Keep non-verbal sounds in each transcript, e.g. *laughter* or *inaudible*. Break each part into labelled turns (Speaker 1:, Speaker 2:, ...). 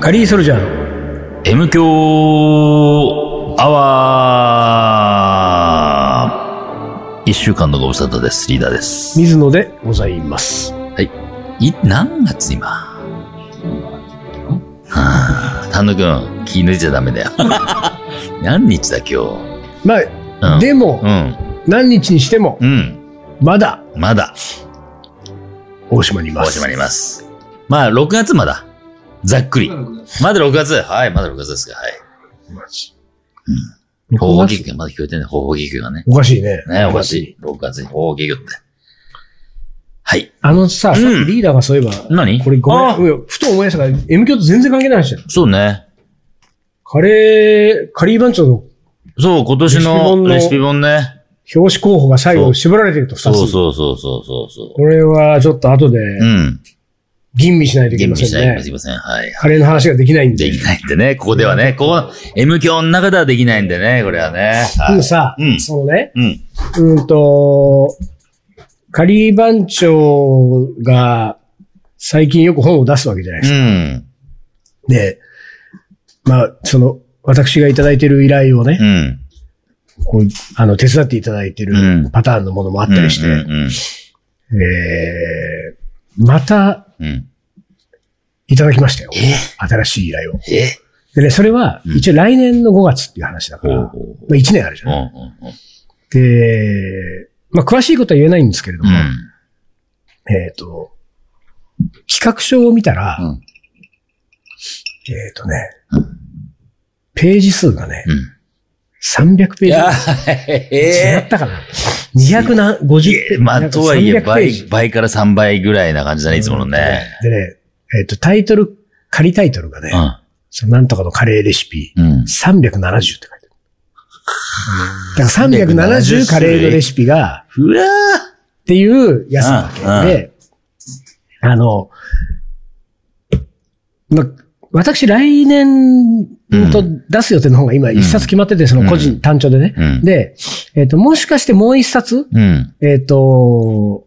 Speaker 1: カリーソルジャーの
Speaker 2: M 強アワー一週間のご無沙汰です。リーダーです。
Speaker 1: 水野でございます。
Speaker 2: い、何月
Speaker 1: *laughs*
Speaker 2: 今はあ、丹野くん、気抜いちゃダメだ
Speaker 1: *laughs*
Speaker 2: よ。何日だ今
Speaker 1: まあ、
Speaker 2: うん
Speaker 1: でも、
Speaker 2: 日。うん。
Speaker 1: 何日にしても
Speaker 2: う、ん。
Speaker 1: まだ
Speaker 2: まだ、
Speaker 1: 大島にいま
Speaker 2: 大
Speaker 1: す。
Speaker 2: 島にいます。まあ、6月まだ。ざっくり。まだ6月。はい、まだ6月ですか。はい。ほうほう
Speaker 1: 6
Speaker 2: ぎ
Speaker 1: 月
Speaker 2: まだ聞こえてんね。ほうほうぎがね。
Speaker 1: おかしいね。
Speaker 2: ね、おかしい。6月にほうほうぎって。はい。
Speaker 1: あのさ、
Speaker 2: ん
Speaker 1: さっきリーダーがそういえば、
Speaker 2: 何
Speaker 1: これごめ
Speaker 2: あ
Speaker 1: んうん、ふと思い出したから、M 響と全然関係ない話だよ。
Speaker 2: そうね。
Speaker 1: カレー、カリー番長の
Speaker 2: そう、今年の
Speaker 1: レ
Speaker 2: レ
Speaker 1: シ
Speaker 2: シ
Speaker 1: ピ
Speaker 2: ピ本ね。
Speaker 1: 表紙候補が最
Speaker 2: そ
Speaker 1: 後
Speaker 2: う
Speaker 1: 絞られてると2つ。
Speaker 2: そうそうそうそうそうそ
Speaker 1: これはちょっと後で
Speaker 2: う。うん。
Speaker 1: 吟味しないといけ
Speaker 2: 吟
Speaker 1: ま
Speaker 2: 味
Speaker 1: せ
Speaker 2: しな
Speaker 1: ん
Speaker 2: いとい
Speaker 1: ね。
Speaker 2: けません。はい。
Speaker 1: カレーの話ができないんで。
Speaker 2: できないんでね、ここではね、ここ、M 教の中ではできないんでね、これはね。は
Speaker 1: でも
Speaker 2: い、
Speaker 1: さ、
Speaker 2: うん
Speaker 1: そのね、
Speaker 2: うん。
Speaker 1: うんと、カリー番長が最近よく本を出すわけじゃないで
Speaker 2: う
Speaker 1: すか。
Speaker 2: ん。
Speaker 1: で、まあ、その、私がいただいてる依頼をね、
Speaker 2: うん。
Speaker 1: こうあの、手伝っていただいて
Speaker 2: う
Speaker 1: る
Speaker 2: ん
Speaker 1: パターンのものもあったりして、
Speaker 2: うんうん
Speaker 1: えー、また
Speaker 2: うん。うん。
Speaker 1: いただきましたよ。
Speaker 2: え
Speaker 1: 新しい依頼を。
Speaker 2: え
Speaker 1: でね、それは、
Speaker 2: うん
Speaker 1: 一応来年の5月っていう話だか
Speaker 2: ほう
Speaker 1: ら、
Speaker 2: ほう
Speaker 1: ま
Speaker 2: ほう。
Speaker 1: あ1年あるじゃ
Speaker 2: うん
Speaker 1: ない。
Speaker 2: うんうん。
Speaker 1: で、まあ、詳しいことは言えないんですけれど
Speaker 2: う
Speaker 1: も、
Speaker 2: ん。
Speaker 1: えっ、と、企画書を見たら、
Speaker 2: うん
Speaker 1: えっ、とね、
Speaker 2: うん
Speaker 1: ページ数がね、
Speaker 2: うん。
Speaker 1: 300ペー
Speaker 2: い
Speaker 1: ジ。違
Speaker 2: や、
Speaker 1: っ
Speaker 2: え
Speaker 1: たかな ?250 ペー
Speaker 2: え。
Speaker 1: ジ。
Speaker 2: まあ、とはいえ、
Speaker 1: 300ペー
Speaker 2: 倍
Speaker 1: ジ、
Speaker 2: 倍から3倍ぐらいな感じだね、いつものね。
Speaker 1: でね、えっ、と、タイトル、仮タイトルがね、そのなんとかのカレーレシピ、
Speaker 2: うん。う
Speaker 1: 370っ
Speaker 2: ん。
Speaker 1: て書いてある。だから370カレーのレシピが、
Speaker 2: うわ
Speaker 1: っていうやつなわけで、あの、ま、私来年と出す予定の方が今一冊決まってて、その個人単調でね。
Speaker 2: うん
Speaker 1: で、えっ、と、もしかしてもう一冊、
Speaker 2: うん。
Speaker 1: えっ、と、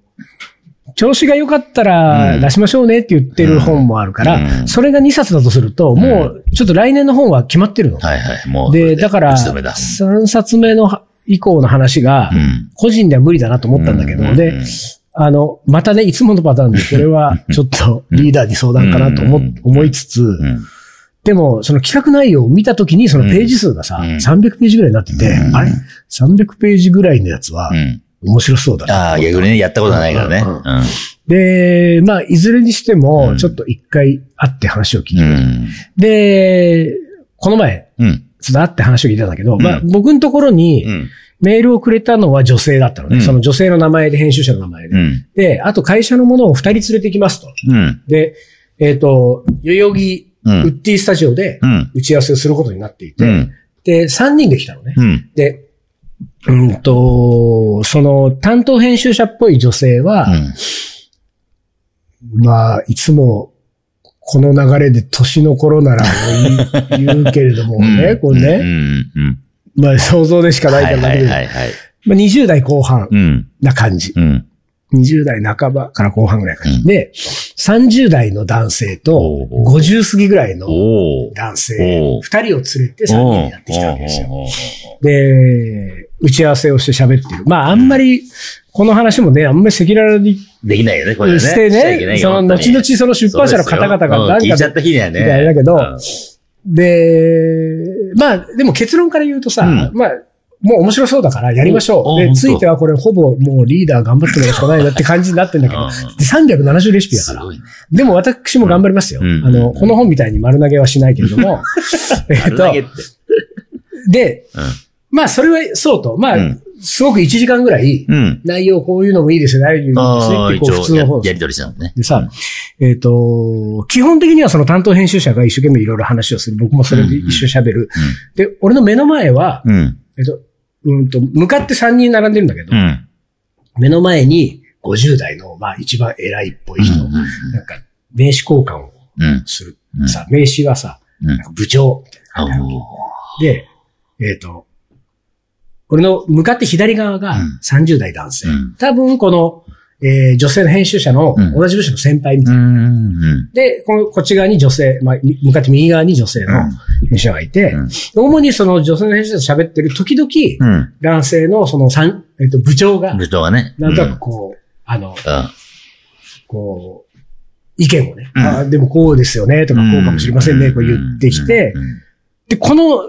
Speaker 1: 調子が良かったら
Speaker 2: うん
Speaker 1: 出しましょうねって言ってる本もあるから、
Speaker 2: うん
Speaker 1: それが2冊だとすると、もうちょっと来年の本は決まってるの。
Speaker 2: はいはい、もう。
Speaker 1: で、だから、
Speaker 2: 打ち止めだ。
Speaker 1: 3冊目の以降の話が、
Speaker 2: うん。
Speaker 1: 個人では無理だなと思ったんだけど、
Speaker 2: うん
Speaker 1: で、あの、またね、いつものパターンで、これはちょっとリーダーに相談かなと思
Speaker 2: うん
Speaker 1: 思いつつ
Speaker 2: う、ん。
Speaker 1: でも、その企画内容を見たときに、そのページ数がさ、
Speaker 2: うん
Speaker 1: 300ページぐらいになってて
Speaker 2: う、ん
Speaker 1: あれ ?300 ページぐらいのやつは
Speaker 2: うん。
Speaker 1: 面白そうだな。
Speaker 2: ああ、逆にね、やったことないからね。
Speaker 1: うん
Speaker 2: う
Speaker 1: で、まあ、いずれにして
Speaker 2: う
Speaker 1: も、
Speaker 2: ん
Speaker 1: ちょっと一回会って話を聞い
Speaker 2: ん。う
Speaker 1: て、
Speaker 2: ん。
Speaker 1: で、この前、
Speaker 2: うん。
Speaker 1: ちょっと会って話を聞いたんだけど、まあ、
Speaker 2: うん
Speaker 1: 僕のところ
Speaker 2: う
Speaker 1: に
Speaker 2: ん。
Speaker 1: メールをくれたのは女性だったの
Speaker 2: う
Speaker 1: ね。
Speaker 2: ん
Speaker 1: その女性の名前で、編集者の名前で
Speaker 2: う。ん。
Speaker 1: で、あと会社のものを二人連れてきますと。
Speaker 2: うん。
Speaker 1: で、えっ、と、代々木
Speaker 2: う
Speaker 1: ウ
Speaker 2: ん。
Speaker 1: ッディスタジオで
Speaker 2: うん。
Speaker 1: 打ち合わせをすることになっていて、
Speaker 2: うん。
Speaker 1: で、三人で来たのね。
Speaker 2: うん。
Speaker 1: で、うんと、その担当編集者っぽい女性は、まあ、いつも、この流れで年の頃なら言う言うけれどもね、これ
Speaker 2: う
Speaker 1: ね、
Speaker 2: ん。うん。
Speaker 1: まあ想像でしかない
Speaker 2: は
Speaker 1: か
Speaker 2: い
Speaker 1: らだ
Speaker 2: は
Speaker 1: け
Speaker 2: い
Speaker 1: ど、
Speaker 2: はいはい。
Speaker 1: まあ20代後半
Speaker 2: うん。
Speaker 1: な感じ。
Speaker 2: うん。
Speaker 1: 20代半ばから後半ぐらいかな。
Speaker 2: うん
Speaker 1: で、30代の男性と
Speaker 2: おう
Speaker 1: 50過ぎぐらいの
Speaker 2: おお。
Speaker 1: 男
Speaker 2: お
Speaker 1: 性、
Speaker 2: う
Speaker 1: 2人を連れて3人になってきたわけですよ。
Speaker 2: おう
Speaker 1: で、打ち合わせをして喋ってる。まあ、あんまり、この話もね、あんまり赤裸々に
Speaker 2: できないよね、これね。
Speaker 1: して
Speaker 2: しちゃいけな
Speaker 1: ね、
Speaker 2: いよ
Speaker 1: その、後々、その出版社の方々が
Speaker 2: なん
Speaker 1: 何
Speaker 2: 聞いちゃ
Speaker 1: か
Speaker 2: った日にはね。
Speaker 1: みたいだけど
Speaker 2: うん
Speaker 1: で、まあ、でも結論から言うとさ、
Speaker 2: うん
Speaker 1: まあ、もう面白そうだからやりましょ
Speaker 2: お
Speaker 1: う。
Speaker 2: お
Speaker 1: で、
Speaker 2: 本当、
Speaker 1: ついてはこれほぼもうリーダー頑張ってもらうしかないなって感じになってんだけど
Speaker 2: うん
Speaker 1: で、370レシピだか
Speaker 2: す
Speaker 1: ら。
Speaker 2: ごいね。
Speaker 1: でも私も頑張りますよ。
Speaker 2: うん
Speaker 1: あの、
Speaker 2: うん
Speaker 1: この本みたいに丸投げはしないけれども。えっ
Speaker 2: *laughs* 丸投げっ
Speaker 1: と、
Speaker 2: て。
Speaker 1: で、まあそれはそうと、まあ、
Speaker 2: うん
Speaker 1: すごく1時間ぐらい、
Speaker 2: うん。うん。
Speaker 1: 内容こういうのもいいですよ、ああいうの
Speaker 2: あ
Speaker 1: も
Speaker 2: あ、
Speaker 1: いいで
Speaker 2: 一
Speaker 1: すねって、こう普通の方
Speaker 2: 応ややりとりしたのね。
Speaker 1: でさ、えっ、と、基本的にはその担当編集者が一生懸命いろいろ話をする。僕もそれで一緒に喋る。で、俺の目の前は、
Speaker 2: うん。うん。
Speaker 1: えっ、と、うんと、向かって3人並んでるんだけど、
Speaker 2: うん。
Speaker 1: 目の前に50代の、まあ一番偉いっぽい人、
Speaker 2: うん。
Speaker 1: なんか名刺交換を
Speaker 2: うん。
Speaker 1: する。
Speaker 2: うん
Speaker 1: さ、名刺はさ、
Speaker 2: うん
Speaker 1: なんか部長みたいな
Speaker 2: お
Speaker 1: 感じなわ
Speaker 2: お。
Speaker 1: け。で、えっ、と、俺の向かって左側が
Speaker 2: うん
Speaker 1: 30代男性。
Speaker 2: うん
Speaker 1: 多分この、えー女性の編集者の
Speaker 2: うん
Speaker 1: 同じ部署の先輩みたいな。
Speaker 2: ん。うん。
Speaker 1: で、この、こっち側に女性、まあ、み向かって右側に女性の編集者がいて、
Speaker 2: うん
Speaker 1: 主にその女性の編集者と喋ってる時々、
Speaker 2: うん。
Speaker 1: 男性のその三、えっと、部長が、
Speaker 2: 部長はね。
Speaker 1: なんとなくこう、あの、こう、意見をね、
Speaker 2: うん
Speaker 1: あでもこうですよね、とか、
Speaker 2: うん、
Speaker 1: こうかもしれませんね、こう言ってきて、
Speaker 2: うん、
Speaker 1: で、この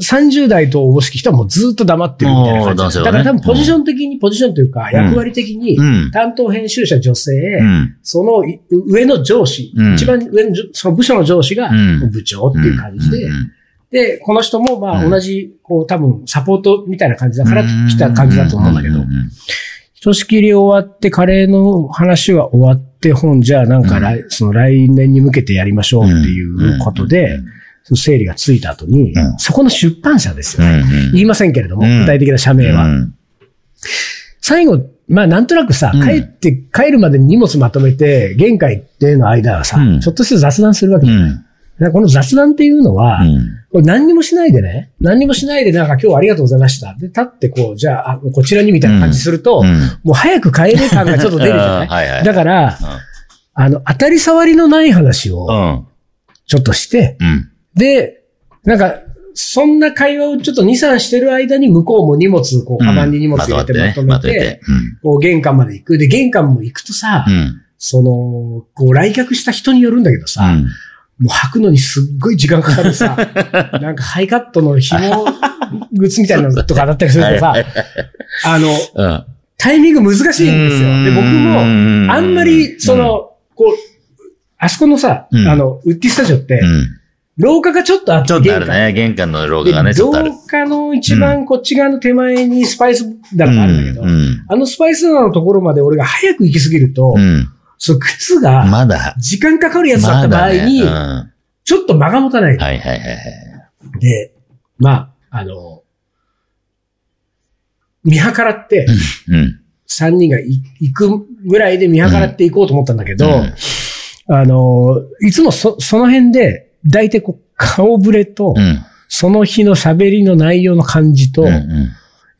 Speaker 1: 30代とおぼしき人はもうずっと黙ってるみたいな
Speaker 2: おー
Speaker 1: 感
Speaker 2: 男性
Speaker 1: じ、
Speaker 2: はね
Speaker 1: だから多分ポジション的に、ポジションというか、役割的に、
Speaker 2: うん。
Speaker 1: 担当編集者女性、
Speaker 2: うん。
Speaker 1: そのい上の上司、
Speaker 2: うん
Speaker 1: 一番上の上、その部署の上司が
Speaker 2: うん
Speaker 1: 部長っていう感じで、
Speaker 2: うん
Speaker 1: で、この人もま
Speaker 2: う
Speaker 1: あ
Speaker 2: ん
Speaker 1: 同じ、こう多分サポートみたいな感じだから来た感じだと思うんだけど
Speaker 2: う、ん
Speaker 1: ひとしきり終わって、カレーの話は終わって、本じゃあなんか来、その来年に向けてやりましょうっていうことで、
Speaker 2: うん
Speaker 1: その整理がついた後に、
Speaker 2: うん
Speaker 1: そこの出版社です
Speaker 2: う
Speaker 1: よ、
Speaker 2: ん
Speaker 1: 言いませんけれども、
Speaker 2: うん
Speaker 1: 具体的な社名は。
Speaker 2: うん
Speaker 1: 最後、まあなんとなくさ、
Speaker 2: うん
Speaker 1: 帰って、帰るまでに荷物まとめて、玄関行っての間はさ、
Speaker 2: うん
Speaker 1: ちょっとした雑談するわけ。
Speaker 2: う
Speaker 1: だから
Speaker 2: ん
Speaker 1: この雑談っていうのは、
Speaker 2: うん
Speaker 1: これ何にもしないでね、何にもしないでなんか今日はありがとうございました。で、立ってこう、じゃあ、あこちらにみたいな感じすると、
Speaker 2: うん
Speaker 1: もう早く帰れ感がちょっと出るじゃない
Speaker 2: はいはい。
Speaker 1: だから、あの、当たり障りのない話
Speaker 2: う
Speaker 1: を
Speaker 2: ん。
Speaker 1: ちょっとして、
Speaker 2: うん。
Speaker 1: で、なんか、そんな会話をちょっと2、3してる間に向こうも荷物、こう、カバンに荷物入れてまとめ
Speaker 2: まとめ
Speaker 1: て、
Speaker 2: て。うん
Speaker 1: こう、玄関まで行く。で、玄関も行くとさ、
Speaker 2: うん。
Speaker 1: その、こう、来客した人によるんだけどさ、
Speaker 2: うん
Speaker 1: もう履くのにすっごい時間かかる
Speaker 2: *laughs*
Speaker 1: さ、なんかハイカットの紐靴みたいなのとかだったりするとさ、あの、
Speaker 2: うん。
Speaker 1: タイミング難しいんですよ。で、僕も、
Speaker 2: も
Speaker 1: あんまり、そ、の、こう、あそこのさ、
Speaker 2: うん
Speaker 1: あの、ウッディスタジオって
Speaker 2: う、ん
Speaker 1: 廊下がちょっとあって、
Speaker 2: ちょっとあ
Speaker 1: 玄
Speaker 2: る
Speaker 1: 関
Speaker 2: ね。玄関の廊下が
Speaker 1: で
Speaker 2: ね、ちょっ
Speaker 1: 廊
Speaker 2: とある。
Speaker 1: 下の一番こっち側の手前にスパイス棚があるんだけど
Speaker 2: う、ん。
Speaker 1: あのスパイス棚のところまで俺が早く行きすぎると
Speaker 2: う、ん。
Speaker 1: その靴が
Speaker 2: まだ。
Speaker 1: 時間かかるやつだっ
Speaker 2: ま
Speaker 1: た場
Speaker 2: だ
Speaker 1: 合
Speaker 2: ね
Speaker 1: に
Speaker 2: う、んは
Speaker 1: ちょっと間が持たない
Speaker 2: いはいはいはい。
Speaker 1: で、まあ、あの、見計らって、
Speaker 2: うん。
Speaker 1: 3人がい行くぐらいで見計らっていこうと思ったんだけど、
Speaker 2: うん
Speaker 1: あの、いつもそその辺で、大体こう、顔ぶれと、
Speaker 2: うん。
Speaker 1: その日の喋りの内容の感じと、
Speaker 2: うんう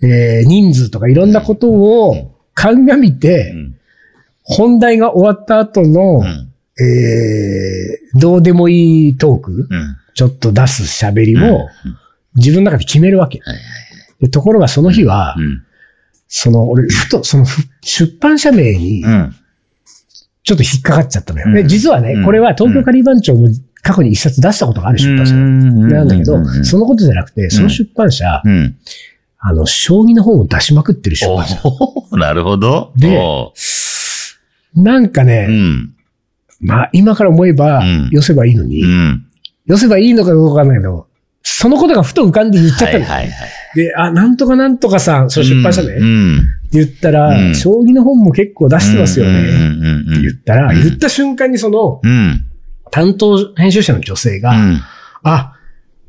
Speaker 2: ん
Speaker 1: えー人数とかいろんなことを鑑みて、
Speaker 2: うん
Speaker 1: 本題が終わった後の、
Speaker 2: うん
Speaker 1: えーどうでもいいトーク、
Speaker 2: うん
Speaker 1: ちょっと出す喋り
Speaker 2: うん
Speaker 1: を、自分の中で決めるわけ。
Speaker 2: はいはい
Speaker 1: でところがその日は、
Speaker 2: うん
Speaker 1: その、俺、ふと、その、ふ出版社名に
Speaker 2: う、ん
Speaker 1: ちょっと引っかかっちゃったのよ。
Speaker 2: うん
Speaker 1: で、実はね、
Speaker 2: うん
Speaker 1: これは東京カリー番長も過去に一冊出したことがある出版社なんだけ
Speaker 2: う
Speaker 1: ど
Speaker 2: んうん、
Speaker 1: そのことじゃなくて、その出版社、
Speaker 2: うん。
Speaker 1: あの、将棋の本を出しまくってる出
Speaker 2: お
Speaker 1: 版社。
Speaker 2: ーなるほど。
Speaker 1: で
Speaker 2: おー
Speaker 1: なんか
Speaker 2: う
Speaker 1: ね、
Speaker 2: ん。
Speaker 1: まあ、今から思えば
Speaker 2: うん、
Speaker 1: 寄せばいいの
Speaker 2: う
Speaker 1: に、
Speaker 2: ん。
Speaker 1: 寄せばいいのかどうかわかんないけど、そのことがふと浮かんで言っちゃっ
Speaker 2: は
Speaker 1: た
Speaker 2: い
Speaker 1: の。
Speaker 2: はいはい。
Speaker 1: で、あ、なんとかなんとかさん、その出版社名
Speaker 2: う
Speaker 1: って
Speaker 2: ん。
Speaker 1: 言った
Speaker 2: う
Speaker 1: ら、
Speaker 2: ん
Speaker 1: 将棋の本も結構出してますよね。
Speaker 2: う
Speaker 1: っ
Speaker 2: んうんうん
Speaker 1: て言ったら、
Speaker 2: うん
Speaker 1: 言った瞬間にその、
Speaker 2: うん。
Speaker 1: 担当編集者の女性が、
Speaker 2: うん。
Speaker 1: あ、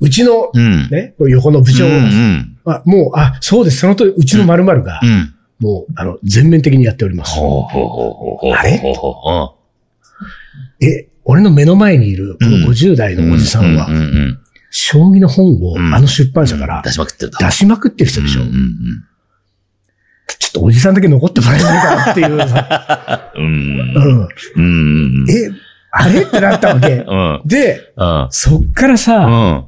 Speaker 1: うちの
Speaker 2: う、ん。
Speaker 1: ね、これ横の部長、
Speaker 2: うんうん。
Speaker 1: あもう、あ、そうです、その通り、うちの〇〇が
Speaker 2: う、ん。
Speaker 1: もう、あの、全面的にやっております。
Speaker 2: ほうほうほうほうほう。
Speaker 1: あれ
Speaker 2: ほうほうほ
Speaker 1: え、俺の目の前にいる、こ
Speaker 2: うん
Speaker 1: の50代
Speaker 2: う
Speaker 1: のおじさん
Speaker 2: う
Speaker 1: は、
Speaker 2: んうん
Speaker 1: 将棋の本を、
Speaker 2: うん
Speaker 1: あの出版社
Speaker 2: う
Speaker 1: か
Speaker 2: ん。
Speaker 1: ら
Speaker 2: 出しまくってると。
Speaker 1: 出しまくってる人でしょ。
Speaker 2: うん
Speaker 1: ちょっとおじさんだけ残ってもらえないかなっていうさ、
Speaker 2: うんう
Speaker 1: う
Speaker 2: ん。
Speaker 1: ん。
Speaker 2: うん。うん。うん。
Speaker 1: え、あれってなったわけ。
Speaker 2: うん。
Speaker 1: で、
Speaker 2: うん。
Speaker 1: そっからさ、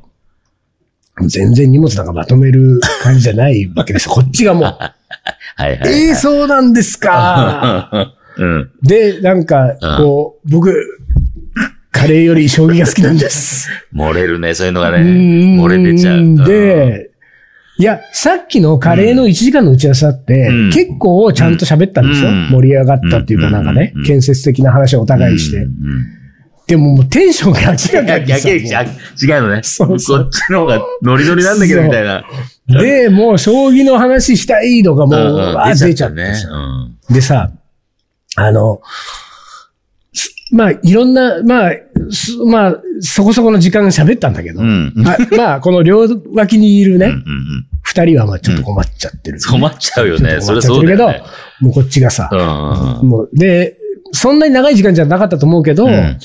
Speaker 2: うん。
Speaker 1: 全然荷物なんかまとめる感じじゃないわけですよ。こっち
Speaker 2: *laughs*
Speaker 1: がもう、
Speaker 2: はいはい。
Speaker 1: えー、そうなんですか
Speaker 2: うん。
Speaker 1: で、なんか、こう、僕、カレーより将棋が好きなんです。
Speaker 2: 漏れるね、そういうのがね。
Speaker 1: うん
Speaker 2: 漏れ出ちゃう。うん、
Speaker 1: で、いや、さっきのカレーの1時間の打ち合わせだって、
Speaker 2: うん
Speaker 1: 結構ちゃんと喋ったんですよ。
Speaker 2: うん
Speaker 1: 盛り上がったっていうかなんかね、
Speaker 2: うん
Speaker 1: 建設的な話をお互いして。
Speaker 2: うんうん
Speaker 1: でももうテンションが
Speaker 2: いや
Speaker 1: 違う
Speaker 2: いやいや違うのね。
Speaker 1: そうそう
Speaker 2: こっちの方がノリノリなんだけど、みたいな。
Speaker 1: で、もう将棋の話したいとかもう、
Speaker 2: んん
Speaker 1: わー出ちゃって
Speaker 2: ね
Speaker 1: さ。
Speaker 2: うん
Speaker 1: でさ、あの、すまあ、いろんな、まあ、すまあ、そこそこの時間喋ったんだけど、
Speaker 2: うん。
Speaker 1: まあ、まあ、この両脇にいる
Speaker 2: うんう
Speaker 1: ね、
Speaker 2: んうん
Speaker 1: 二、人はまあちょっと困っちゃってる。
Speaker 2: 困っちゃうよ
Speaker 1: *laughs*
Speaker 2: ね。
Speaker 1: ち
Speaker 2: そ
Speaker 1: ょ
Speaker 2: れ
Speaker 1: っと
Speaker 2: そう
Speaker 1: 困っ
Speaker 2: だ
Speaker 1: ちゃ
Speaker 2: よ
Speaker 1: ってる
Speaker 2: ね
Speaker 1: けど、。もうこっちがさ、
Speaker 2: うんうん
Speaker 1: もう、で、そんなに長い時間じゃなかったと思うけど、
Speaker 2: うん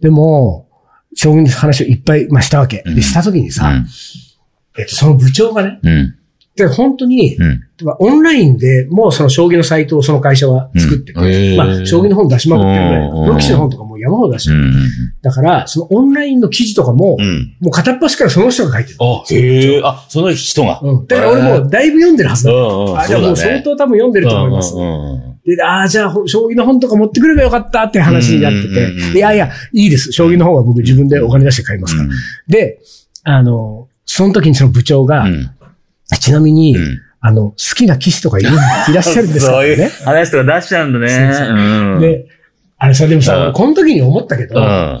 Speaker 1: でも、将棋の話をいっぱい、まあ、したわけ。
Speaker 2: うん
Speaker 1: で、したときにさ、
Speaker 2: うん
Speaker 1: えっと、その部長がね、
Speaker 2: うん。
Speaker 1: で、本当に、
Speaker 2: うん。
Speaker 1: まあオンラインでもうその将棋のサイトをその会社は作ってて、
Speaker 2: うんへー
Speaker 1: まあ、将棋の本出しまくってるぐらい、
Speaker 2: うん
Speaker 1: プロ棋士の本とかもう山ほど出してる。だから、そのオンラインの記事とかも、
Speaker 2: うん。うん。
Speaker 1: もう片っ端からその人が書いてる。
Speaker 2: あ、へえ、あ、その人が。
Speaker 1: うん。だから俺もうだいぶ読んでるはずだ。
Speaker 2: うんうん。
Speaker 1: あ、じゃあもう相当多分読んでると思います
Speaker 2: う。んうんうん
Speaker 1: で、ああ、じゃあ、ほ将棋の本とか持ってくればよかったって話になって
Speaker 2: うんうんうんうん
Speaker 1: て、いやいや、いいです。将棋の本は僕自分でお金出して買いますから。で、あの、その時にその部長が、
Speaker 2: うん
Speaker 1: ちなみに、
Speaker 2: うん
Speaker 1: あの、好きな棋士とかいるいらっしゃるんですか
Speaker 2: *laughs* そう
Speaker 1: ね。
Speaker 2: いう話とか出しちゃうんだね。
Speaker 1: そうそ
Speaker 2: うん
Speaker 1: で、あれさ、でも
Speaker 2: うん
Speaker 1: さ、俺この時に思ったけど、
Speaker 2: う
Speaker 1: あ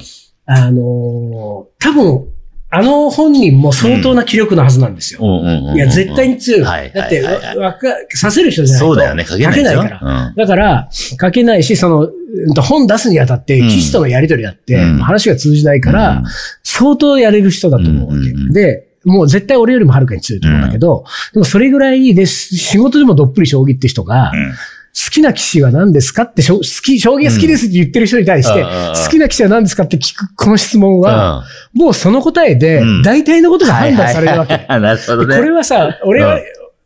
Speaker 2: ん。
Speaker 1: のー、多分、あの本人も相当な気力のはずなんですよ。
Speaker 2: うんうんうんうん
Speaker 1: いや、絶対に強い。
Speaker 2: はい
Speaker 1: だって、
Speaker 2: はいはいはい
Speaker 1: わわか、させる人じゃないと
Speaker 2: そうだよね。書けないでしょ
Speaker 1: 書けないから。
Speaker 2: うん
Speaker 1: だから、書けないし、その、うんと本出すにあたって、
Speaker 2: うん
Speaker 1: 記事とのやりとりだって、
Speaker 2: うん
Speaker 1: 話が通じないから、相当やれる人だと思うわけ。
Speaker 2: うんうんうん
Speaker 1: で、もう絶対俺よりもはるかに強いと思うんだけど、でもそれぐらいで、し仕事でもどっぷり将棋って人が、
Speaker 2: うん
Speaker 1: 好きな棋士は何ですかって、しょ好き、将棋が好きですって言ってる人に対して、
Speaker 2: うんああ
Speaker 1: 好きな棋士は何ですかって聞く、この質問は、
Speaker 2: うん
Speaker 1: もうその答えで
Speaker 2: うん、
Speaker 1: 大体のことが判断されるわけ。
Speaker 2: はいはいはい *laughs* なるほど
Speaker 1: で
Speaker 2: ね。
Speaker 1: *laughs* これはさ、俺
Speaker 2: う
Speaker 1: は
Speaker 2: ん、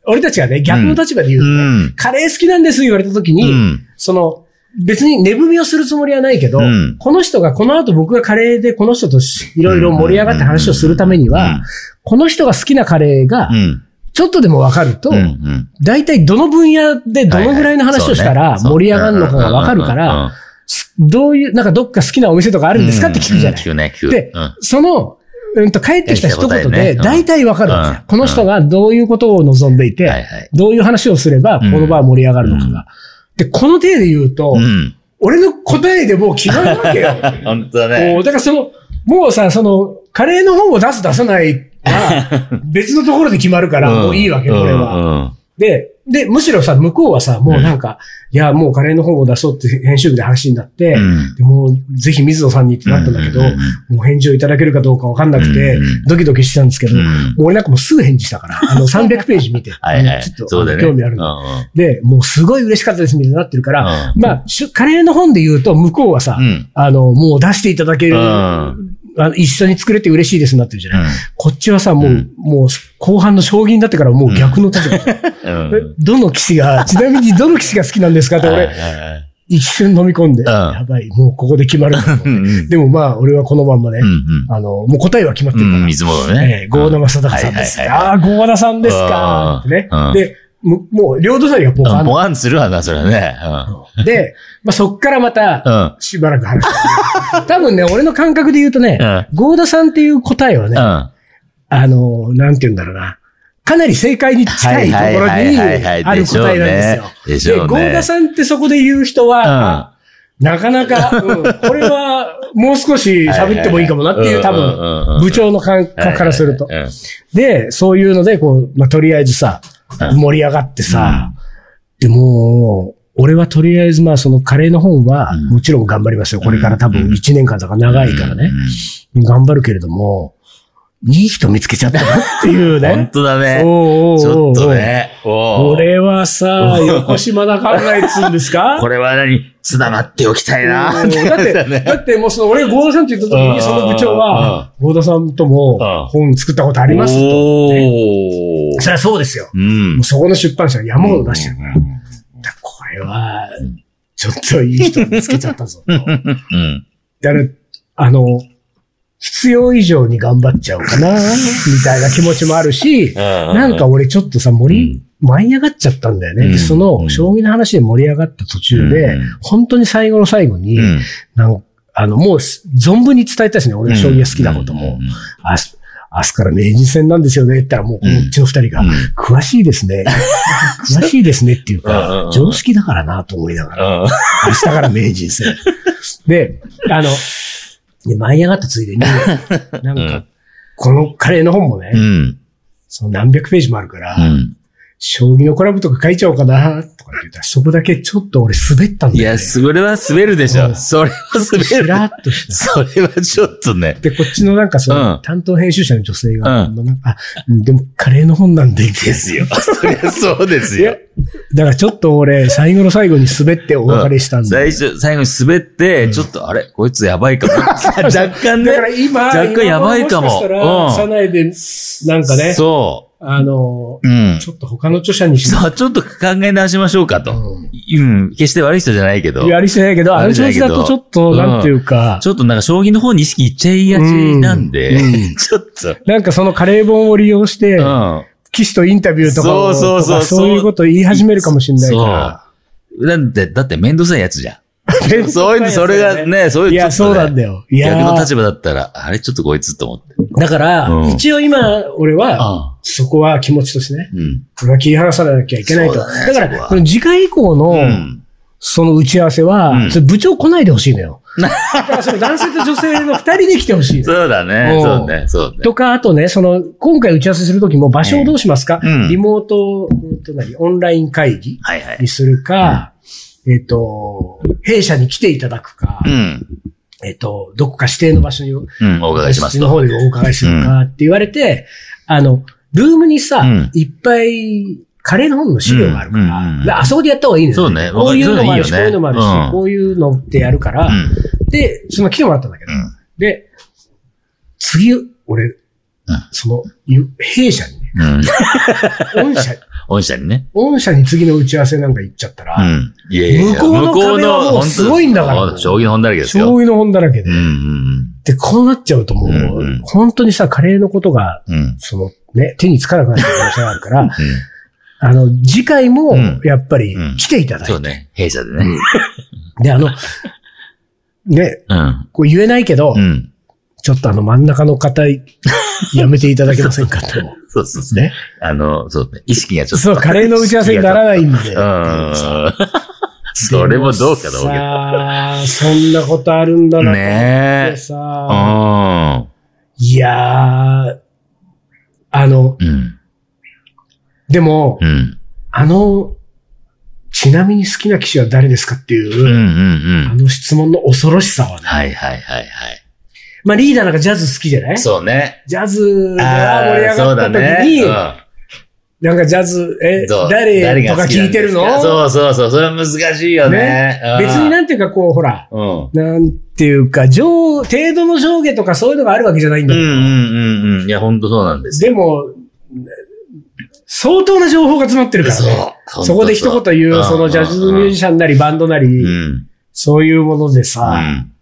Speaker 1: 俺たちがね、逆の立場で言うとね、
Speaker 2: うん
Speaker 1: カレー好きなんです言われた時
Speaker 2: う
Speaker 1: に、
Speaker 2: ん。
Speaker 1: その、別に値踏みをするつもりはないけど、
Speaker 2: うん
Speaker 1: この人が、この後僕がカレーでこの人としいろいろ盛り上がって話をするためには、
Speaker 2: うん
Speaker 1: この人が好きなカレーが
Speaker 2: う、ん。
Speaker 1: ちょっとでもわかると、
Speaker 2: うんうん
Speaker 1: 大体どの分野でどのぐらいの話をした
Speaker 2: はいは
Speaker 1: ら
Speaker 2: いそうね
Speaker 1: 盛り上がるのかがわかるか
Speaker 2: うんうんうんうん
Speaker 1: ら、すどういう、なんかどっか好きなお店とかあるんですかって聞くじゃない
Speaker 2: うん。聞くね、聞く。
Speaker 1: で
Speaker 2: うん
Speaker 1: その、うんと帰ってきた一
Speaker 2: 返し
Speaker 1: 言
Speaker 2: た答え
Speaker 1: で
Speaker 2: ねうん
Speaker 1: 大体わかるわけ
Speaker 2: う
Speaker 1: だ
Speaker 2: ん。
Speaker 1: この人がどういうことを望んでい
Speaker 2: は
Speaker 1: て
Speaker 2: い、はい。
Speaker 1: どういう話をすればこの場は盛り上がるのかが。で、この手で言うと
Speaker 2: う、ん。
Speaker 1: 俺の答えでもう決まるわけよ。
Speaker 2: 本当だ
Speaker 1: も
Speaker 2: *laughs* ね。
Speaker 1: うだからその、もうさ、その、カレーの本を出す出さない
Speaker 2: *laughs*
Speaker 1: は別のところで決まるから、もういいわけ、
Speaker 2: うん
Speaker 1: これは。
Speaker 2: うん
Speaker 1: で、で、むしろさ、向こうはさ、もうなんか、いや、もうカレーの本を出そうって編集部で話になって、
Speaker 2: うん
Speaker 1: でもうぜひ水野さんにってなったんだけど、
Speaker 2: うんうん
Speaker 1: もう返事をいただけるかどうかわかんなくて、
Speaker 2: うんうん
Speaker 1: ドキドキしてたんですけど、
Speaker 2: うん
Speaker 1: もう俺なんかもうすぐ返事したから、あの300ページ見て、
Speaker 2: はいは
Speaker 1: あの
Speaker 2: い。
Speaker 1: ちょっと
Speaker 2: そう
Speaker 1: あ
Speaker 2: だ
Speaker 1: の
Speaker 2: ね。
Speaker 1: 興味あるんで、で、もうすごい嬉しかったですみたいになってるから、
Speaker 2: うん
Speaker 1: まあ、しゅカレーの本で言うと、向こうはさ、
Speaker 2: うんうん。
Speaker 1: あの、もう出していただける、
Speaker 2: うん
Speaker 1: あの一緒に作れて嬉しいですになってるじゃない、こっちはさ、もう、
Speaker 2: うん
Speaker 1: もう、後半の将棋になってからもう逆の
Speaker 2: *laughs*
Speaker 1: 立場。
Speaker 2: うん
Speaker 1: えどの棋士が、ちなみにどの棋士が好きなんですかって
Speaker 2: はい
Speaker 1: 俺、
Speaker 2: はいはい
Speaker 1: 一瞬飲み込んで、
Speaker 2: ん
Speaker 1: やばい、もうここで決まると思って。
Speaker 2: うんうん
Speaker 1: でもまあ、俺はこのまんまね
Speaker 2: う、ん
Speaker 1: あの、もう答えは決まって
Speaker 2: う
Speaker 1: る
Speaker 2: ん。う
Speaker 1: か
Speaker 2: ん、いつもの
Speaker 1: ら、
Speaker 2: ね
Speaker 1: え。ー郷田正孝さんです。
Speaker 2: はいはいはい
Speaker 1: ああ、郷田さんですか、ってね
Speaker 2: う。ん
Speaker 1: で、もうもう、両隣がポカ
Speaker 2: うん
Speaker 1: ン
Speaker 2: ボワンするわな、それはね。 *laughs*
Speaker 1: で、まあ、そっからまた
Speaker 2: う、ん。
Speaker 1: しばらく話して。多分ね、俺の感覚で言うとね
Speaker 2: うん、
Speaker 1: 郷田さんっていう答えはね
Speaker 2: う、ん。
Speaker 1: あの、なんて言うんだろうな。かなり正解に近いところ
Speaker 2: はいはい
Speaker 1: に
Speaker 2: はいはい
Speaker 1: ある答えなんですよ。
Speaker 2: でしょうねでしょうね
Speaker 1: 郷田さんってそこで言う人
Speaker 2: うん
Speaker 1: は、なかなか、うんこれはもう少し喋ってもいいかもなっていう多
Speaker 2: はいはいはいうんうんうんう
Speaker 1: 分
Speaker 2: ん、
Speaker 1: 部長の感覚からすると
Speaker 2: は。いはいはい
Speaker 1: で、そういうので、こう、まあ、とりあえずさ、盛り上がってさ、でもう、俺はとりあえずまあそのカレーの本は
Speaker 2: うん
Speaker 1: もちろん頑張りますよ。これから多分1年間とか長いからね。頑張るけれども、いい人見つけちゃったなっていう
Speaker 2: うん本
Speaker 1: ね。
Speaker 2: 当だね。
Speaker 1: おうおうおうおう
Speaker 2: ちょっとね。おう
Speaker 1: これはさ、横島な考えっつうんですか
Speaker 2: *laughs* これは何繋がっておきたいな。
Speaker 1: うんだって、だってもうその、俺、郷田さんって言った時
Speaker 2: うん
Speaker 1: に、その部長は、郷田さんとも
Speaker 2: うん
Speaker 1: 本作ったことありますと。
Speaker 2: おー
Speaker 1: そりゃそうですよ。
Speaker 2: うん
Speaker 1: もう。そこの出版社が山ほど出してるから。だからこれは、ちょっといい人見つけちゃったぞ。と
Speaker 2: うん。
Speaker 1: だから、あの、必要以上に頑張っちゃおうかな、みたいな気持ちもあるし、な
Speaker 2: なん
Speaker 1: か、俺ちょっとさ、
Speaker 2: う
Speaker 1: 森、舞い上がっちゃったんだよね。
Speaker 2: うん
Speaker 1: でその、将棋の話で盛り上がった途中で、
Speaker 2: うん
Speaker 1: 本当に最後の最後に、
Speaker 2: うん
Speaker 1: なんかあの、もうす、存分に伝えたしね、俺の将棋が好きなこと
Speaker 2: うん
Speaker 1: も
Speaker 2: うん。
Speaker 1: あす明日から名人戦なんですよね、って言ったらもう、このうちの二人が、詳しいです
Speaker 2: *laughs*
Speaker 1: ね。詳しいですねっていう
Speaker 2: うんうんう
Speaker 1: か
Speaker 2: ん、
Speaker 1: 常識だからなと思いながら、
Speaker 2: うん
Speaker 1: 明日から名人戦。で、あの、で舞い上がった
Speaker 2: *laughs*
Speaker 1: ついでに、なん
Speaker 2: うん
Speaker 1: か、このカレーの本も
Speaker 2: う
Speaker 1: ね、
Speaker 2: ん。
Speaker 1: その何百ページもあるから、
Speaker 2: うん。
Speaker 1: 将棋のコラムとか書いちゃおうかな、とかって言ったら、そこだけちょっと俺滑ったん
Speaker 2: い
Speaker 1: だよ、
Speaker 2: や、
Speaker 1: ね。
Speaker 2: それは滑るでし
Speaker 1: う
Speaker 2: ょ。
Speaker 1: ん
Speaker 2: それは滑
Speaker 1: しら
Speaker 2: る。
Speaker 1: ーっとした。
Speaker 2: それはちょっとね。
Speaker 1: で、こっちのなんかその、
Speaker 2: うん
Speaker 1: 担当編集者の女性が、
Speaker 2: うん
Speaker 1: なんかあ、うんでもカレーの本なんで、みたい
Speaker 2: で
Speaker 1: な
Speaker 2: すよ。そりゃそうです
Speaker 1: いや
Speaker 2: よ。
Speaker 1: だからちょっと俺、最後の最後に滑って *laughs* お別れしたんだよ
Speaker 2: 最初、最後に滑って、ちょっと、あれこいつやばいか
Speaker 1: *laughs*
Speaker 2: も。若干ね
Speaker 1: だか。ら今、
Speaker 2: 若干やばいかも
Speaker 1: 今頃ししたら
Speaker 2: うん
Speaker 1: 社内で、なんかね、
Speaker 2: そ
Speaker 1: あの、
Speaker 2: うん。
Speaker 1: ちょっと他の著者にし
Speaker 2: さあ、ちょっと考え直しましょうかと。うん。決して悪い人じゃないけど。
Speaker 1: やりしてないけど、あの調子だとちょっと、
Speaker 2: うん
Speaker 1: なんていうか、
Speaker 2: ちょっとなんか将棋の方に意識いっちゃいがちなんで、
Speaker 1: うんうん
Speaker 2: *laughs* ちょっと。
Speaker 1: なんかそのカレー本を利用して、
Speaker 2: うん。
Speaker 1: 騎士とインタビューとかを
Speaker 2: そうそうそう
Speaker 1: とかそういうこと言い始めるかもしれないから。
Speaker 2: そう。だって、だって面倒くさいやつ
Speaker 1: *laughs*
Speaker 2: じゃん。そういうの、
Speaker 1: ね
Speaker 2: それがね、そう
Speaker 1: い
Speaker 2: いうちょ
Speaker 1: や、
Speaker 2: っと
Speaker 1: そう
Speaker 2: ね
Speaker 1: なんだよ。い
Speaker 2: 逆
Speaker 1: や
Speaker 2: の
Speaker 1: ー、
Speaker 2: 立場だったら、あれちょっとこいつと思って。
Speaker 1: だから、
Speaker 2: うん
Speaker 1: 一応今、俺は、
Speaker 2: あ
Speaker 1: そこは気持ちとしてね、
Speaker 2: うん。
Speaker 1: これは切り離さなきゃいけないと。
Speaker 2: そうだ
Speaker 1: だか
Speaker 2: ねそこ
Speaker 1: ら、
Speaker 2: は
Speaker 1: この次回以降の、
Speaker 2: うん。
Speaker 1: その打ち合わせは、
Speaker 2: うん
Speaker 1: それ部長来ないでほしいのよ。だからその男性と女性の二人で来てほしいの。
Speaker 2: *laughs* そうだね
Speaker 1: う、ん
Speaker 2: そうね、そうね。
Speaker 1: とか、あとね、その、今回打ち合わせするときも場所をどうしますか、
Speaker 2: うん
Speaker 1: リモート、うんと何、オンライン会議
Speaker 2: はいはい。
Speaker 1: にするか、えっ、と、弊社に来ていただくか、
Speaker 2: うん。
Speaker 1: えっ、と、どこか指定の場所にお
Speaker 2: うん、お伺いします
Speaker 1: の
Speaker 2: と。
Speaker 1: 方でお伺いするかって言われて、あの、ルームにさ、
Speaker 2: うん
Speaker 1: いっぱい、カレーの本の資料があるから、
Speaker 2: うんうんうん
Speaker 1: だからあそこでやった方がいいのよ。
Speaker 2: そうね
Speaker 1: こういうのもあるし、
Speaker 2: そ
Speaker 1: こう
Speaker 2: うい
Speaker 1: いううの
Speaker 2: のい
Speaker 1: もあ
Speaker 2: いよね
Speaker 1: るし、
Speaker 2: うん
Speaker 1: こういうのってやるから、
Speaker 2: うん。
Speaker 1: で、その来てもらったんだけど、
Speaker 2: う
Speaker 1: で、次、俺、その、ゆ弊社にね、
Speaker 2: ん。うん。 *laughs*
Speaker 1: 御社、 *laughs*
Speaker 2: 御社にね。
Speaker 1: 御社に次の打ち合わせなんか行っちゃった
Speaker 2: う
Speaker 1: ら、
Speaker 2: ん。いやいやいや
Speaker 1: 向こうの壁はもう
Speaker 2: 向こうの
Speaker 1: すごいんだから
Speaker 2: 本当将棋の本だらけです
Speaker 1: 将
Speaker 2: よ。
Speaker 1: 棋の本だらけ
Speaker 2: う
Speaker 1: で、
Speaker 2: んうん
Speaker 1: で、こうなっちゃうともう、
Speaker 2: うんうん
Speaker 1: 本当にさ、カレーのことが、
Speaker 2: うん。うん。
Speaker 1: その、ね、手につかなくなっちゃう可能性があるから、あの、次回も
Speaker 2: うん、
Speaker 1: やっぱり
Speaker 2: うん
Speaker 1: 来ていただいて、
Speaker 2: そうね。弊社でね。
Speaker 1: で、あ
Speaker 2: *laughs*
Speaker 1: の、ね、
Speaker 2: うん。
Speaker 1: こう言えないけど、
Speaker 2: うん。
Speaker 1: ちょっとあの真ん中の
Speaker 2: *laughs*
Speaker 1: 方、やめていただけませんかと。
Speaker 2: そうそうそう。
Speaker 1: ね。
Speaker 2: あの、そうね。意識がちょっ
Speaker 1: そ
Speaker 2: と。
Speaker 1: う、カレーの打ち合わせにならないんで。
Speaker 2: *laughs* うん。それもどうかと思
Speaker 1: さ
Speaker 2: うけど。
Speaker 1: あ、そんなことあるんだなと思ってさ、
Speaker 2: ね
Speaker 1: いやー、あの、
Speaker 2: え。うん。うん。
Speaker 1: でも、
Speaker 2: うん。
Speaker 1: あの、ちなみに好きな騎士は誰ですかっていう、
Speaker 2: うんうん
Speaker 1: あ
Speaker 2: うん。
Speaker 1: の質問の恐ろしさはね。
Speaker 2: はいはいはいはい。
Speaker 1: まあリーダーなんかジャズ好きじゃない
Speaker 2: そうね。
Speaker 1: ジャズが
Speaker 2: ー
Speaker 1: 盛り上がった時に、
Speaker 2: そうだね
Speaker 1: なんかジャズ、
Speaker 2: う
Speaker 1: え
Speaker 2: んどう、
Speaker 1: 誰
Speaker 2: が
Speaker 1: とか
Speaker 2: 好き
Speaker 1: 聞
Speaker 2: なん
Speaker 1: い
Speaker 2: で
Speaker 1: てる
Speaker 2: す
Speaker 1: の
Speaker 2: かそうそうそう。それは難しいよね。うん
Speaker 1: 別になんていうかこう、ほら、
Speaker 2: うん。
Speaker 1: なんていうか、上、程度の上下とかそういうのがあるわけじゃないん
Speaker 2: う
Speaker 1: だ
Speaker 2: ん
Speaker 1: けど
Speaker 2: うんうんうん。いや、本当そうなんですよ。
Speaker 1: でも、相当な情報が詰まってるからね。
Speaker 2: う
Speaker 1: そこで一言言う、そのジャズミュージ
Speaker 2: シ
Speaker 1: シャンなりバンドなり、
Speaker 2: うん。
Speaker 1: そういうもので
Speaker 2: う
Speaker 1: さ、
Speaker 2: ん。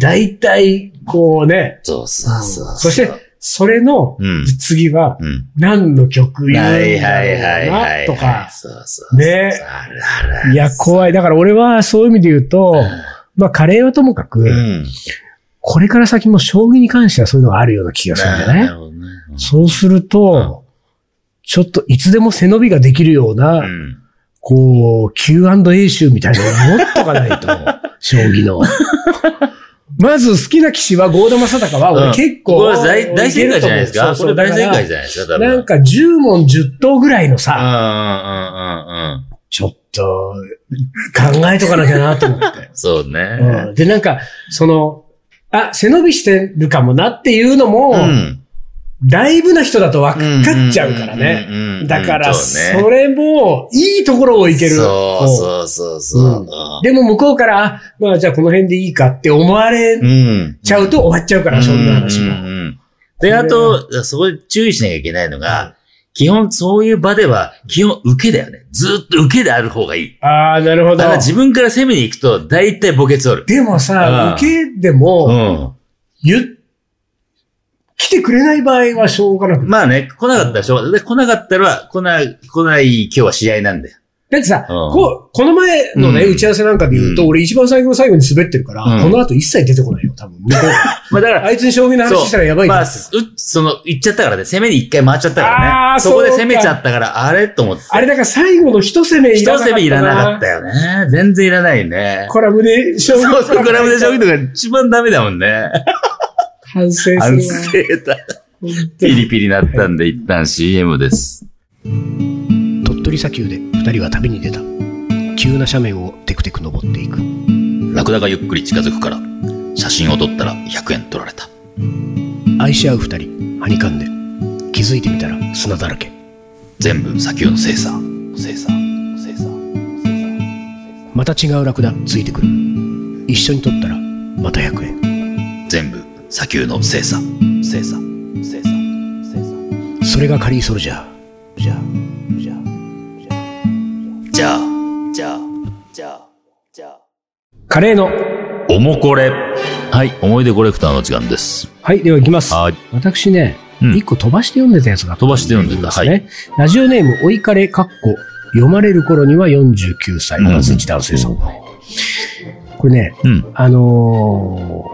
Speaker 1: 大体、こうね、
Speaker 2: そうそうそう。
Speaker 1: そして、それの
Speaker 2: うん
Speaker 1: 次は、
Speaker 2: うん。
Speaker 1: 何の曲言
Speaker 2: は
Speaker 1: う
Speaker 2: い
Speaker 1: ん
Speaker 2: はいは
Speaker 1: だ
Speaker 2: い
Speaker 1: ろう
Speaker 2: はい。
Speaker 1: な、とか。
Speaker 2: そうそう。
Speaker 1: ね
Speaker 2: あらあら。
Speaker 1: いや、怖い。だから俺はそういう意味で言うと、まあ、カレーはともか
Speaker 2: う
Speaker 1: く、
Speaker 2: ん。
Speaker 1: これから先も将棋に関してはそういうのがあるような気がするんじゃない
Speaker 2: なるほどね。
Speaker 1: そうすると、ちょっといつでも背伸びができるような、
Speaker 2: うん。
Speaker 1: こう、Q&A 集みたいなのを持っとかないと、将棋
Speaker 2: *laughs*
Speaker 1: の。まず好きな棋士は郷田正孝は、
Speaker 2: うん
Speaker 1: 俺結構、
Speaker 2: これ大大正解じゃないですか。
Speaker 1: そうそう
Speaker 2: これ大正解
Speaker 1: だ
Speaker 2: じゃないですか、
Speaker 1: か
Speaker 2: 多
Speaker 1: ら
Speaker 2: 分。
Speaker 1: なんか10問10答ぐらいのさ、
Speaker 2: うんうんうんうん
Speaker 1: ちょっと、考えとかなきゃなと思って
Speaker 2: うん。。そう
Speaker 1: う
Speaker 2: ね。
Speaker 1: ん、で、なんか、その、あ、背伸びしてるかもなっていうのも、
Speaker 2: ん。
Speaker 1: だいぶな人だと分かっちゃうからね。
Speaker 2: ね
Speaker 1: だから、そ
Speaker 2: そうね。
Speaker 1: れも、いいところをいける。
Speaker 2: そう
Speaker 1: こ。
Speaker 2: そうそうそううん
Speaker 1: でも向こうから、あまあじゃあこの辺でいいかって思われ
Speaker 2: うん。
Speaker 1: ちゃうと終わっちゃうから、将棋の話
Speaker 2: うん
Speaker 1: も。
Speaker 2: うんうんで、あと、そこで注意しなきゃいけないのが、基本そういう場では、基本受けだよね。ずっと受けである方がいい。
Speaker 1: ああ、なるほ
Speaker 2: だ
Speaker 1: ど
Speaker 2: か。ら自分から攻めに行くと、大体墓穴折る。
Speaker 1: でも
Speaker 2: うん
Speaker 1: さ、受けで
Speaker 2: う
Speaker 1: も、
Speaker 2: ん。
Speaker 1: 言っ来てくれない場合はしょうがなくない。
Speaker 2: まあね、来なかったらしょうがない。で、来なかったら、来ない、来ない今日は試合なんだよ。
Speaker 1: だってさ、
Speaker 2: うん
Speaker 1: こうこの前のね、
Speaker 2: うん
Speaker 1: 打ち合わせなんかで言う
Speaker 2: う
Speaker 1: と、
Speaker 2: ん
Speaker 1: 俺一番最後の最後に滑ってるから
Speaker 2: うん、
Speaker 1: この後一切出てこないよ、多分。向こうから
Speaker 2: まあだか
Speaker 1: あいつに将棋の
Speaker 2: そう
Speaker 1: 話したらやばいと
Speaker 2: ま
Speaker 1: 思
Speaker 2: あ、
Speaker 1: ってる
Speaker 2: すうその、行っちゃったからね、攻めに一回回っちゃったから
Speaker 1: あ
Speaker 2: ね。
Speaker 1: ー
Speaker 2: そこで
Speaker 1: そうか
Speaker 2: 攻めちゃったから、あれと思って。
Speaker 1: あれだから最後の一攻めいら
Speaker 2: 一
Speaker 1: なかった
Speaker 2: 攻
Speaker 1: な。
Speaker 2: めいらなかったよね。全然いらないね。
Speaker 1: コラムで将棋
Speaker 2: そうそう、クラブで将棋とか一番ダメだもんね。
Speaker 1: 反省するわ。
Speaker 2: 反省だ。
Speaker 1: 本当
Speaker 2: ピ
Speaker 1: に
Speaker 2: リピリなったんで、一旦 CM です。
Speaker 1: 鳥取砂丘で2人は旅に出た急な斜面をテクテク登っていく
Speaker 2: ラクダがゆっくり近づくから、写真を撮ったら100円取られた。
Speaker 1: 愛し合う2人はにかんで気づいてみたら砂だらけ
Speaker 2: 全部砂丘の精査。精査。精査。
Speaker 1: また違うラクダついてくる一緒に撮ったらまた100円
Speaker 2: 全部砂丘の精査。精査。精査。精査。
Speaker 1: それがカリーソルジャー
Speaker 2: じゃあ、じゃあ、じゃあ、じゃあ。
Speaker 1: カレーの。
Speaker 2: おもこれ。はい、思い出コレクターの時間です。
Speaker 1: はい、では行きます。
Speaker 2: はい。
Speaker 1: 私ね、
Speaker 2: うん
Speaker 1: 一個飛ばして読んでたやつが
Speaker 2: 飛ばして読んでた
Speaker 1: あったですね。ラジオネーム、おいかれ、かっこ、読まれる頃には49歳、
Speaker 2: うん
Speaker 1: まず一男性さん。これね、
Speaker 2: うん。
Speaker 1: あの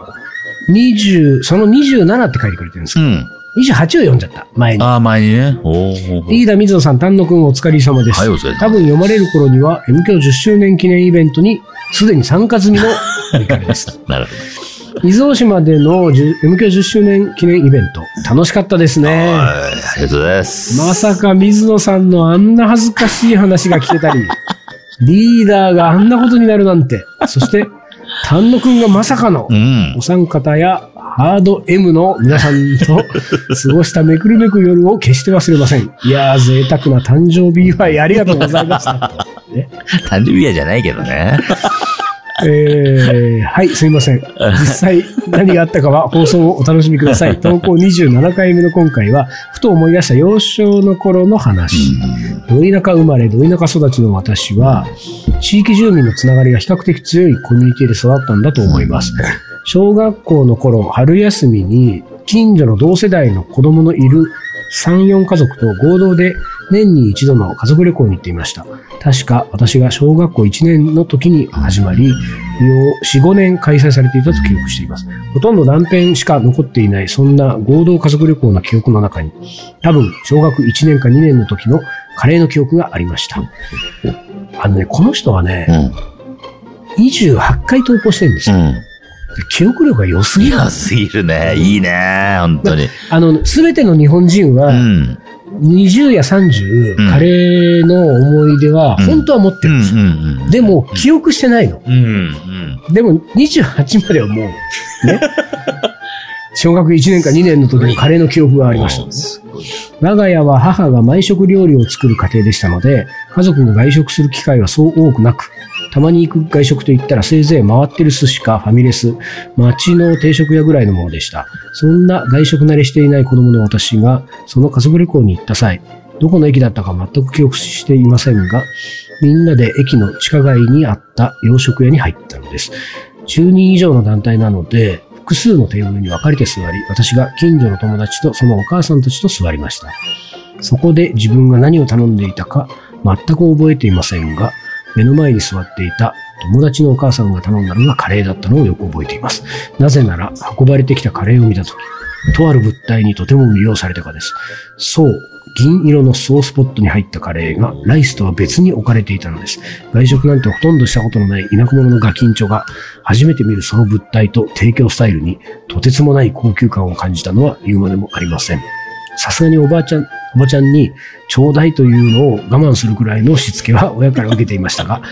Speaker 1: ー、20、その27って書いてくれてるんです
Speaker 2: う
Speaker 1: よ。28
Speaker 2: ん。
Speaker 1: を読んじゃった、前に。
Speaker 2: ああ、前にね。おーおーおー
Speaker 1: 飯田水野さん、丹野くんお疲れ様です。
Speaker 2: はい、お疲れ
Speaker 1: 多
Speaker 2: 様。
Speaker 1: 分読まれる頃には、M 教10周年記念イベントに、すでに参加済
Speaker 2: *laughs*
Speaker 1: みのおいかれです。
Speaker 2: なるほど。
Speaker 1: 伊豆大島での M 教10周年記念イベント、楽しかったですね。
Speaker 2: はい、ありがとうございます。
Speaker 1: まさか水野さんのあんな恥ずかしい話が聞け
Speaker 2: *laughs*
Speaker 1: たり、リーダーがあんなことになるなんて、そして、丹野くんがまさかの
Speaker 2: う、ん
Speaker 1: お。三方やハード M の皆さんと過ごしためくるめく夜を決して忘れません。いやー、贅沢な誕生日祝いありがとうございました。とね
Speaker 2: 誕生日屋じゃないけどね。
Speaker 1: えー、はい、すいません。実際何があったかは放送をお楽しみください。投稿27回目の今回は、ふと思い出した幼少の頃の話。ど田舎生まれ、ど田舎育ちの私は、地域住民のつながりが比較的強いコミュニティで育ったんだと思います。小学校の頃、春休みに、近所の同世代の子供のいる3、4家族と合同で年に一度の家族旅行に行っていました。確か私が小学校1年の時に始まり、4、5年開催されていたと記憶しています。ほとんど断片しか残っていない、そんな合同家族旅行の記憶の中に、多分小学1年か2年の時のカレーの記憶がありました。あのね、この人は
Speaker 2: う
Speaker 1: ね、
Speaker 2: ん。
Speaker 1: 28回投稿してるんですよ。
Speaker 2: うん。
Speaker 1: 記憶力が良す
Speaker 2: い
Speaker 1: ぎる。
Speaker 2: や、すぎるね。いいね。本当に。
Speaker 1: あの、すべての日本人
Speaker 2: う
Speaker 1: は、
Speaker 2: ん。
Speaker 1: 20や30、
Speaker 2: うん
Speaker 1: カレーの思い出は、
Speaker 2: うん
Speaker 1: 本当は持ってる
Speaker 2: う
Speaker 1: ん
Speaker 2: ん
Speaker 1: ですよ。
Speaker 2: うんうん。
Speaker 1: でも、記憶してないの。
Speaker 2: うん、うん。
Speaker 1: でも、28まではもう、ね。
Speaker 2: *laughs*
Speaker 1: 小学1年か2年の時のカレーの記憶がありました。我が家は母が毎食料理を作る家庭でしたので、家族が外食する機会はそう多くなく、たまに行く外食といったらせいぜい回ってる寿司かファミレス、町の定食屋ぐらいのものでした。そんな外食慣れしていない子供の私が、その家族旅行に行った際、どこの駅だったか全く記憶していませんが、みんなで駅の地下街にあった洋食屋に入ったのです。10人以上の団体なので、複数のテーブルに分かれて座り、私が近所の友達とそのお母さんたちと座りました。そこで自分が何を頼んでいたか全く覚えていませんが、目の前に座っていた友達のお母さんが頼んだのがカレーだったのをよく覚えています。なぜなら運ばれてきたカレーを見たとき、とある物体にとても魅了されたからです。そう、銀色のソースポットに入ったカレーがライスとは別に置かれていたのです。外食なんてほとんどしたことのない田舎者のガキンチョが初めて見るその物体と提供スタイルにとてつもない高級感を感じたのは言うまでもありません。さすがにおばあちゃん、おばちゃんに、ちょうだいというのを我慢するくらいのしつけは親から受けていましたが、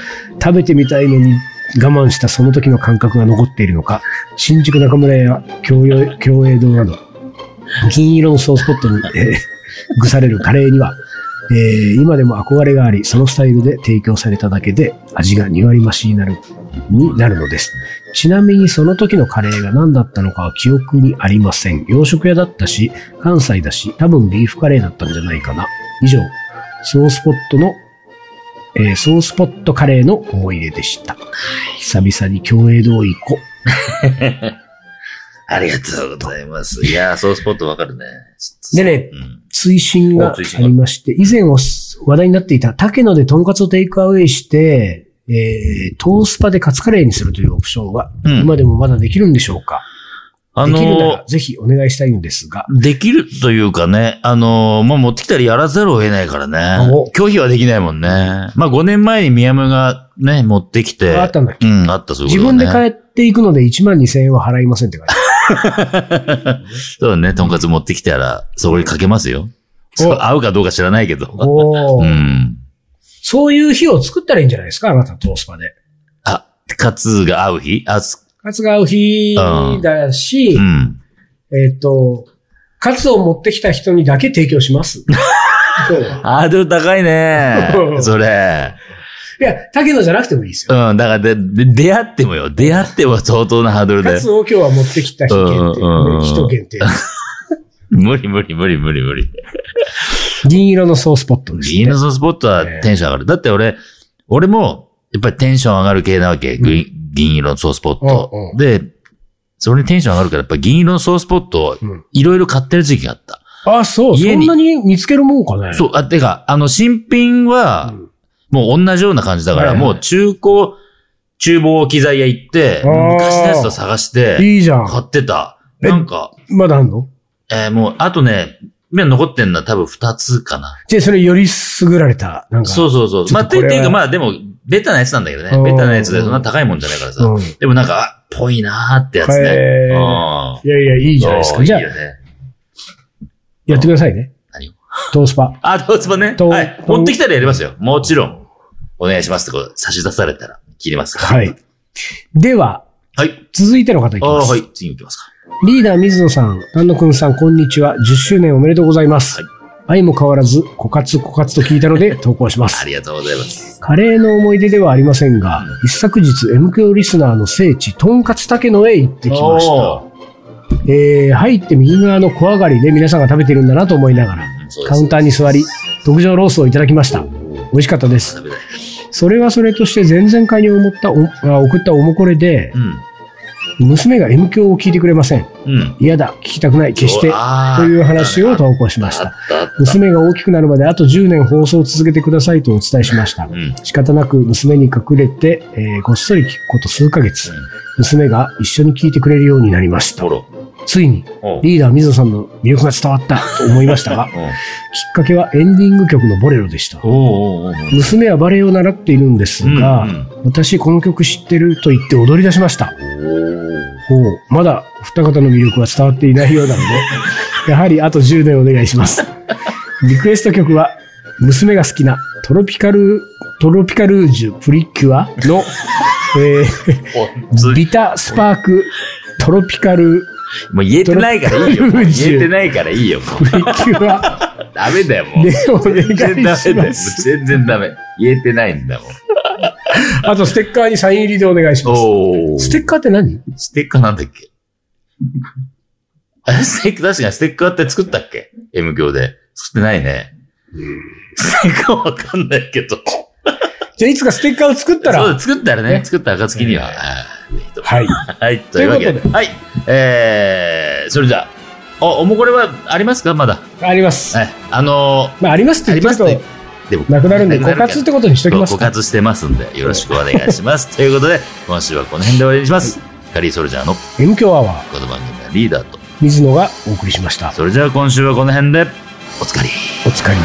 Speaker 1: 食べてみたいのに我慢したその時の感覚が残っているのか、新宿中村や京葉京栄堂など、銀色のソースポットに、えー、ぐされるカレーには、えー今でも憧れがあり、そのスタイルで提供されただけで味が2割増しになる、になるのです。ちなみにその時のカレーが何だったのかは記憶にありません。洋食屋だったし、関西だし、多分ビーフカレーだったんじゃないかな。以上、ソースポットの、えーソースポットカレーの思い出でした。久々に共栄堂行こ
Speaker 2: ありがとうございます。いやー、ソースポットわかるね。
Speaker 1: う。でね、
Speaker 2: うん。
Speaker 1: 追伸がありまして、以前お話題になっていた竹野でトンカツをテイクアウェイして、えー、トースパでカツカレーにするというオプションは、
Speaker 2: うん
Speaker 1: 今でもまだできるんでしょうか、
Speaker 2: あ
Speaker 1: できるな
Speaker 2: の
Speaker 1: らぜひお願いしたいんですが、
Speaker 2: ー、できるというかね、あのー、まあ、持ってきたらやらざるを得ないからね
Speaker 1: お。
Speaker 2: 拒否はできないもんね。まあ、5年前に宮山がね、持ってきて。
Speaker 1: あったんだっけ
Speaker 2: うん、あった、そういう
Speaker 1: 自
Speaker 2: こと
Speaker 1: 分
Speaker 2: ね。
Speaker 1: で帰っていくので1万2000円は払いませんって書いてある
Speaker 2: そうだね、とんかつ持ってきたら、そこにかけますよ。
Speaker 1: お
Speaker 2: *laughs* そう合うかどうか知らないけど。
Speaker 1: お
Speaker 2: う
Speaker 1: ー
Speaker 2: ん。
Speaker 1: そういう日を作ったらいいんじゃないですかあなたトースパで。
Speaker 2: あ、カツが合う日あ、す
Speaker 1: カツが合う日だし、
Speaker 2: うん。
Speaker 1: えっ、と、カツを持ってきた人にだけ提供し
Speaker 2: *laughs*
Speaker 1: ます。そうい
Speaker 2: ハードル高
Speaker 1: *laughs*
Speaker 2: いねそれ。
Speaker 1: や、竹野じゃなくてもいいですよ。
Speaker 2: うん、だからで、で、出会ってもよ。出会っても相当なハードルだ
Speaker 1: カ
Speaker 2: よ
Speaker 1: ツ。を今日は持ってきた人限定、
Speaker 2: うんうんうん
Speaker 1: 人限定。
Speaker 2: 無理無理無理無理無理。
Speaker 1: 銀色のソースポットです、
Speaker 2: ビー
Speaker 1: ね
Speaker 2: ナ。スのスポットはテンション上がる。だって俺、俺も、やっぱりテンション上がる系なわけ。
Speaker 1: ん
Speaker 2: 銀銀色のソースポット
Speaker 1: うんう。ん
Speaker 2: で、それにテンション上がるから、やっぱ銀色のソースポットを
Speaker 1: うん
Speaker 2: いろいろ買ってる時期があった。
Speaker 1: あ、そう。そ
Speaker 2: 家
Speaker 1: ん
Speaker 2: に
Speaker 1: なに見つけるもんかね。
Speaker 2: そう、あ、てか、あの、新品は
Speaker 1: うん、
Speaker 2: もう同じような感じだから、
Speaker 1: はいはい
Speaker 2: もう中古、厨房機材屋行って、
Speaker 1: あー
Speaker 2: 昔のやつを探して、
Speaker 1: いいじゃん。
Speaker 2: 買ってた。
Speaker 1: え
Speaker 2: なんか、
Speaker 1: まだあんの
Speaker 2: えーもう、あとね、今残ってんのは多分二つかな。
Speaker 1: じゃあ、それより優れた、なんか。。
Speaker 2: そううそうそう。
Speaker 1: ちょ
Speaker 2: まあ、
Speaker 1: っ
Speaker 2: っ
Speaker 1: と
Speaker 2: て
Speaker 1: これは
Speaker 2: いうか、まあでも、ベタなやつなんだけどね
Speaker 1: う。ん
Speaker 2: ベタなやつで、そんな高いもんじゃないからさ。
Speaker 1: うん、
Speaker 2: でもなんか、あ、ぽいなーってやつね。
Speaker 1: へー
Speaker 2: うん
Speaker 1: いやいや、いいじゃないです
Speaker 2: そう
Speaker 1: か。じゃあ
Speaker 2: いい、よね。
Speaker 1: やってくださいね。
Speaker 2: 何を
Speaker 1: トースパ。
Speaker 2: あ、どうつぼね。
Speaker 1: と
Speaker 2: はい。持ってきたらやりますよ。もちろん。お願いしますってこと、差し出されたら、切りますから。
Speaker 1: はい。では、
Speaker 2: はい。
Speaker 1: 続いての方いき
Speaker 2: あ
Speaker 1: ま
Speaker 2: あー、
Speaker 1: す。
Speaker 2: はい。次行きますか。
Speaker 1: リーダー水野さん、丹野くんさん、こんにちは。10周年おめでとうございます。
Speaker 2: は
Speaker 1: 愛も変わらず、枯渇枯渇と聞いたの
Speaker 2: *laughs*
Speaker 1: で投稿しま
Speaker 2: あ
Speaker 1: す。
Speaker 2: りがとうございます。
Speaker 1: カレーの思い出ではありませんが、一昨日、MKO リスナーの聖地、とんかつ竹野へ行ってきました。
Speaker 2: おー
Speaker 1: えー、入って右側の小上がりで皆さんが食べてるんだなと思いながら、
Speaker 2: うんそうです
Speaker 1: カウンターに座り、特上ロースをいただきました。美味しかったです。
Speaker 2: 食べたい。
Speaker 1: それはそれとして前々回に思ったおあ送ったおもこれで
Speaker 2: う、ん。
Speaker 1: 娘が M 響を聞いてくれません。
Speaker 2: うん。
Speaker 1: 嫌だ、聞きたくない、決して、と
Speaker 2: と
Speaker 1: いう話を投稿しまし
Speaker 2: あ
Speaker 1: た。
Speaker 2: ったあった。
Speaker 1: 娘が大きくなるまであと10年放送を続けてくださいとお伝えしました
Speaker 2: う。ん。
Speaker 1: 仕方なく娘に隠れて、えーこっそり聞くこと数ヶ月、娘が一緒に聞いてくれるようになりました
Speaker 2: ほ。ろ。
Speaker 1: ついに、
Speaker 2: おう
Speaker 1: リーダー水野さんの魅力が伝わったと思いましたが、 *laughs* きっかけはエンディング曲のボレロでした
Speaker 2: お。うおうおうおう
Speaker 1: 娘はバレエを習っているんです
Speaker 2: うん
Speaker 1: が、
Speaker 2: うん
Speaker 1: 私この曲知ってると言って踊り出しました。ほう、まだお二方の魅力は伝わっていないようなの
Speaker 2: *laughs*
Speaker 1: で、やはりあと10年お願いします。リクエスト曲は、娘が好きなトロピカル、トロピカルージュプリキュアの、え
Speaker 2: おつ
Speaker 1: ー、ビタスパークトロピカル
Speaker 2: もう言えてないか
Speaker 1: *laughs*
Speaker 2: らいいよ。
Speaker 1: トロピ
Speaker 2: もう
Speaker 1: カル宇宙
Speaker 2: 言えてないからいいよ。も
Speaker 1: プリキュア
Speaker 2: うダメだよ、もう。
Speaker 1: で *laughs* お願
Speaker 2: 全然ダ
Speaker 1: い
Speaker 2: メ
Speaker 1: し
Speaker 2: だよ。も
Speaker 1: ま
Speaker 2: う
Speaker 1: す。
Speaker 2: 全然ダメ。言えてないんだもん。
Speaker 1: あとステッカーにサイン入りでお願いします。
Speaker 2: お
Speaker 1: ステッカーって何
Speaker 2: ステッカーなんだっけあステッカー、確かにステッカーって作ったっけ ?M 教で。作ってないね。ステッカーわかんないけど。
Speaker 1: じゃあいつかステッカーを作ったら、
Speaker 2: そうだ、作ったらね、
Speaker 1: ね
Speaker 2: 作った暁には。
Speaker 1: え
Speaker 2: は
Speaker 1: はい。
Speaker 2: い、はい、というわけ
Speaker 1: と
Speaker 2: で。
Speaker 1: いうこ
Speaker 2: はい。えー、それじゃあ、お、おもこれはありますかまだ。
Speaker 1: あります。
Speaker 2: はい。あのー、
Speaker 1: まあ、ありますって言って
Speaker 2: あ
Speaker 1: る
Speaker 2: り
Speaker 1: と
Speaker 2: ま、でも
Speaker 1: なくなるんで、枯
Speaker 2: から
Speaker 1: 渇ってことにしときます
Speaker 2: そう
Speaker 1: か。
Speaker 2: 枯渇してますんで、よろしくお願い
Speaker 1: *laughs*
Speaker 2: します。ということで、今週はこの辺で終わりにします。カリーソルジャーの
Speaker 1: M 強アワー、
Speaker 2: この番組はリーダーと。
Speaker 1: 水野がお送りしました。
Speaker 2: それじゃあ今週はこの辺で、おつかり。
Speaker 1: お疲れ。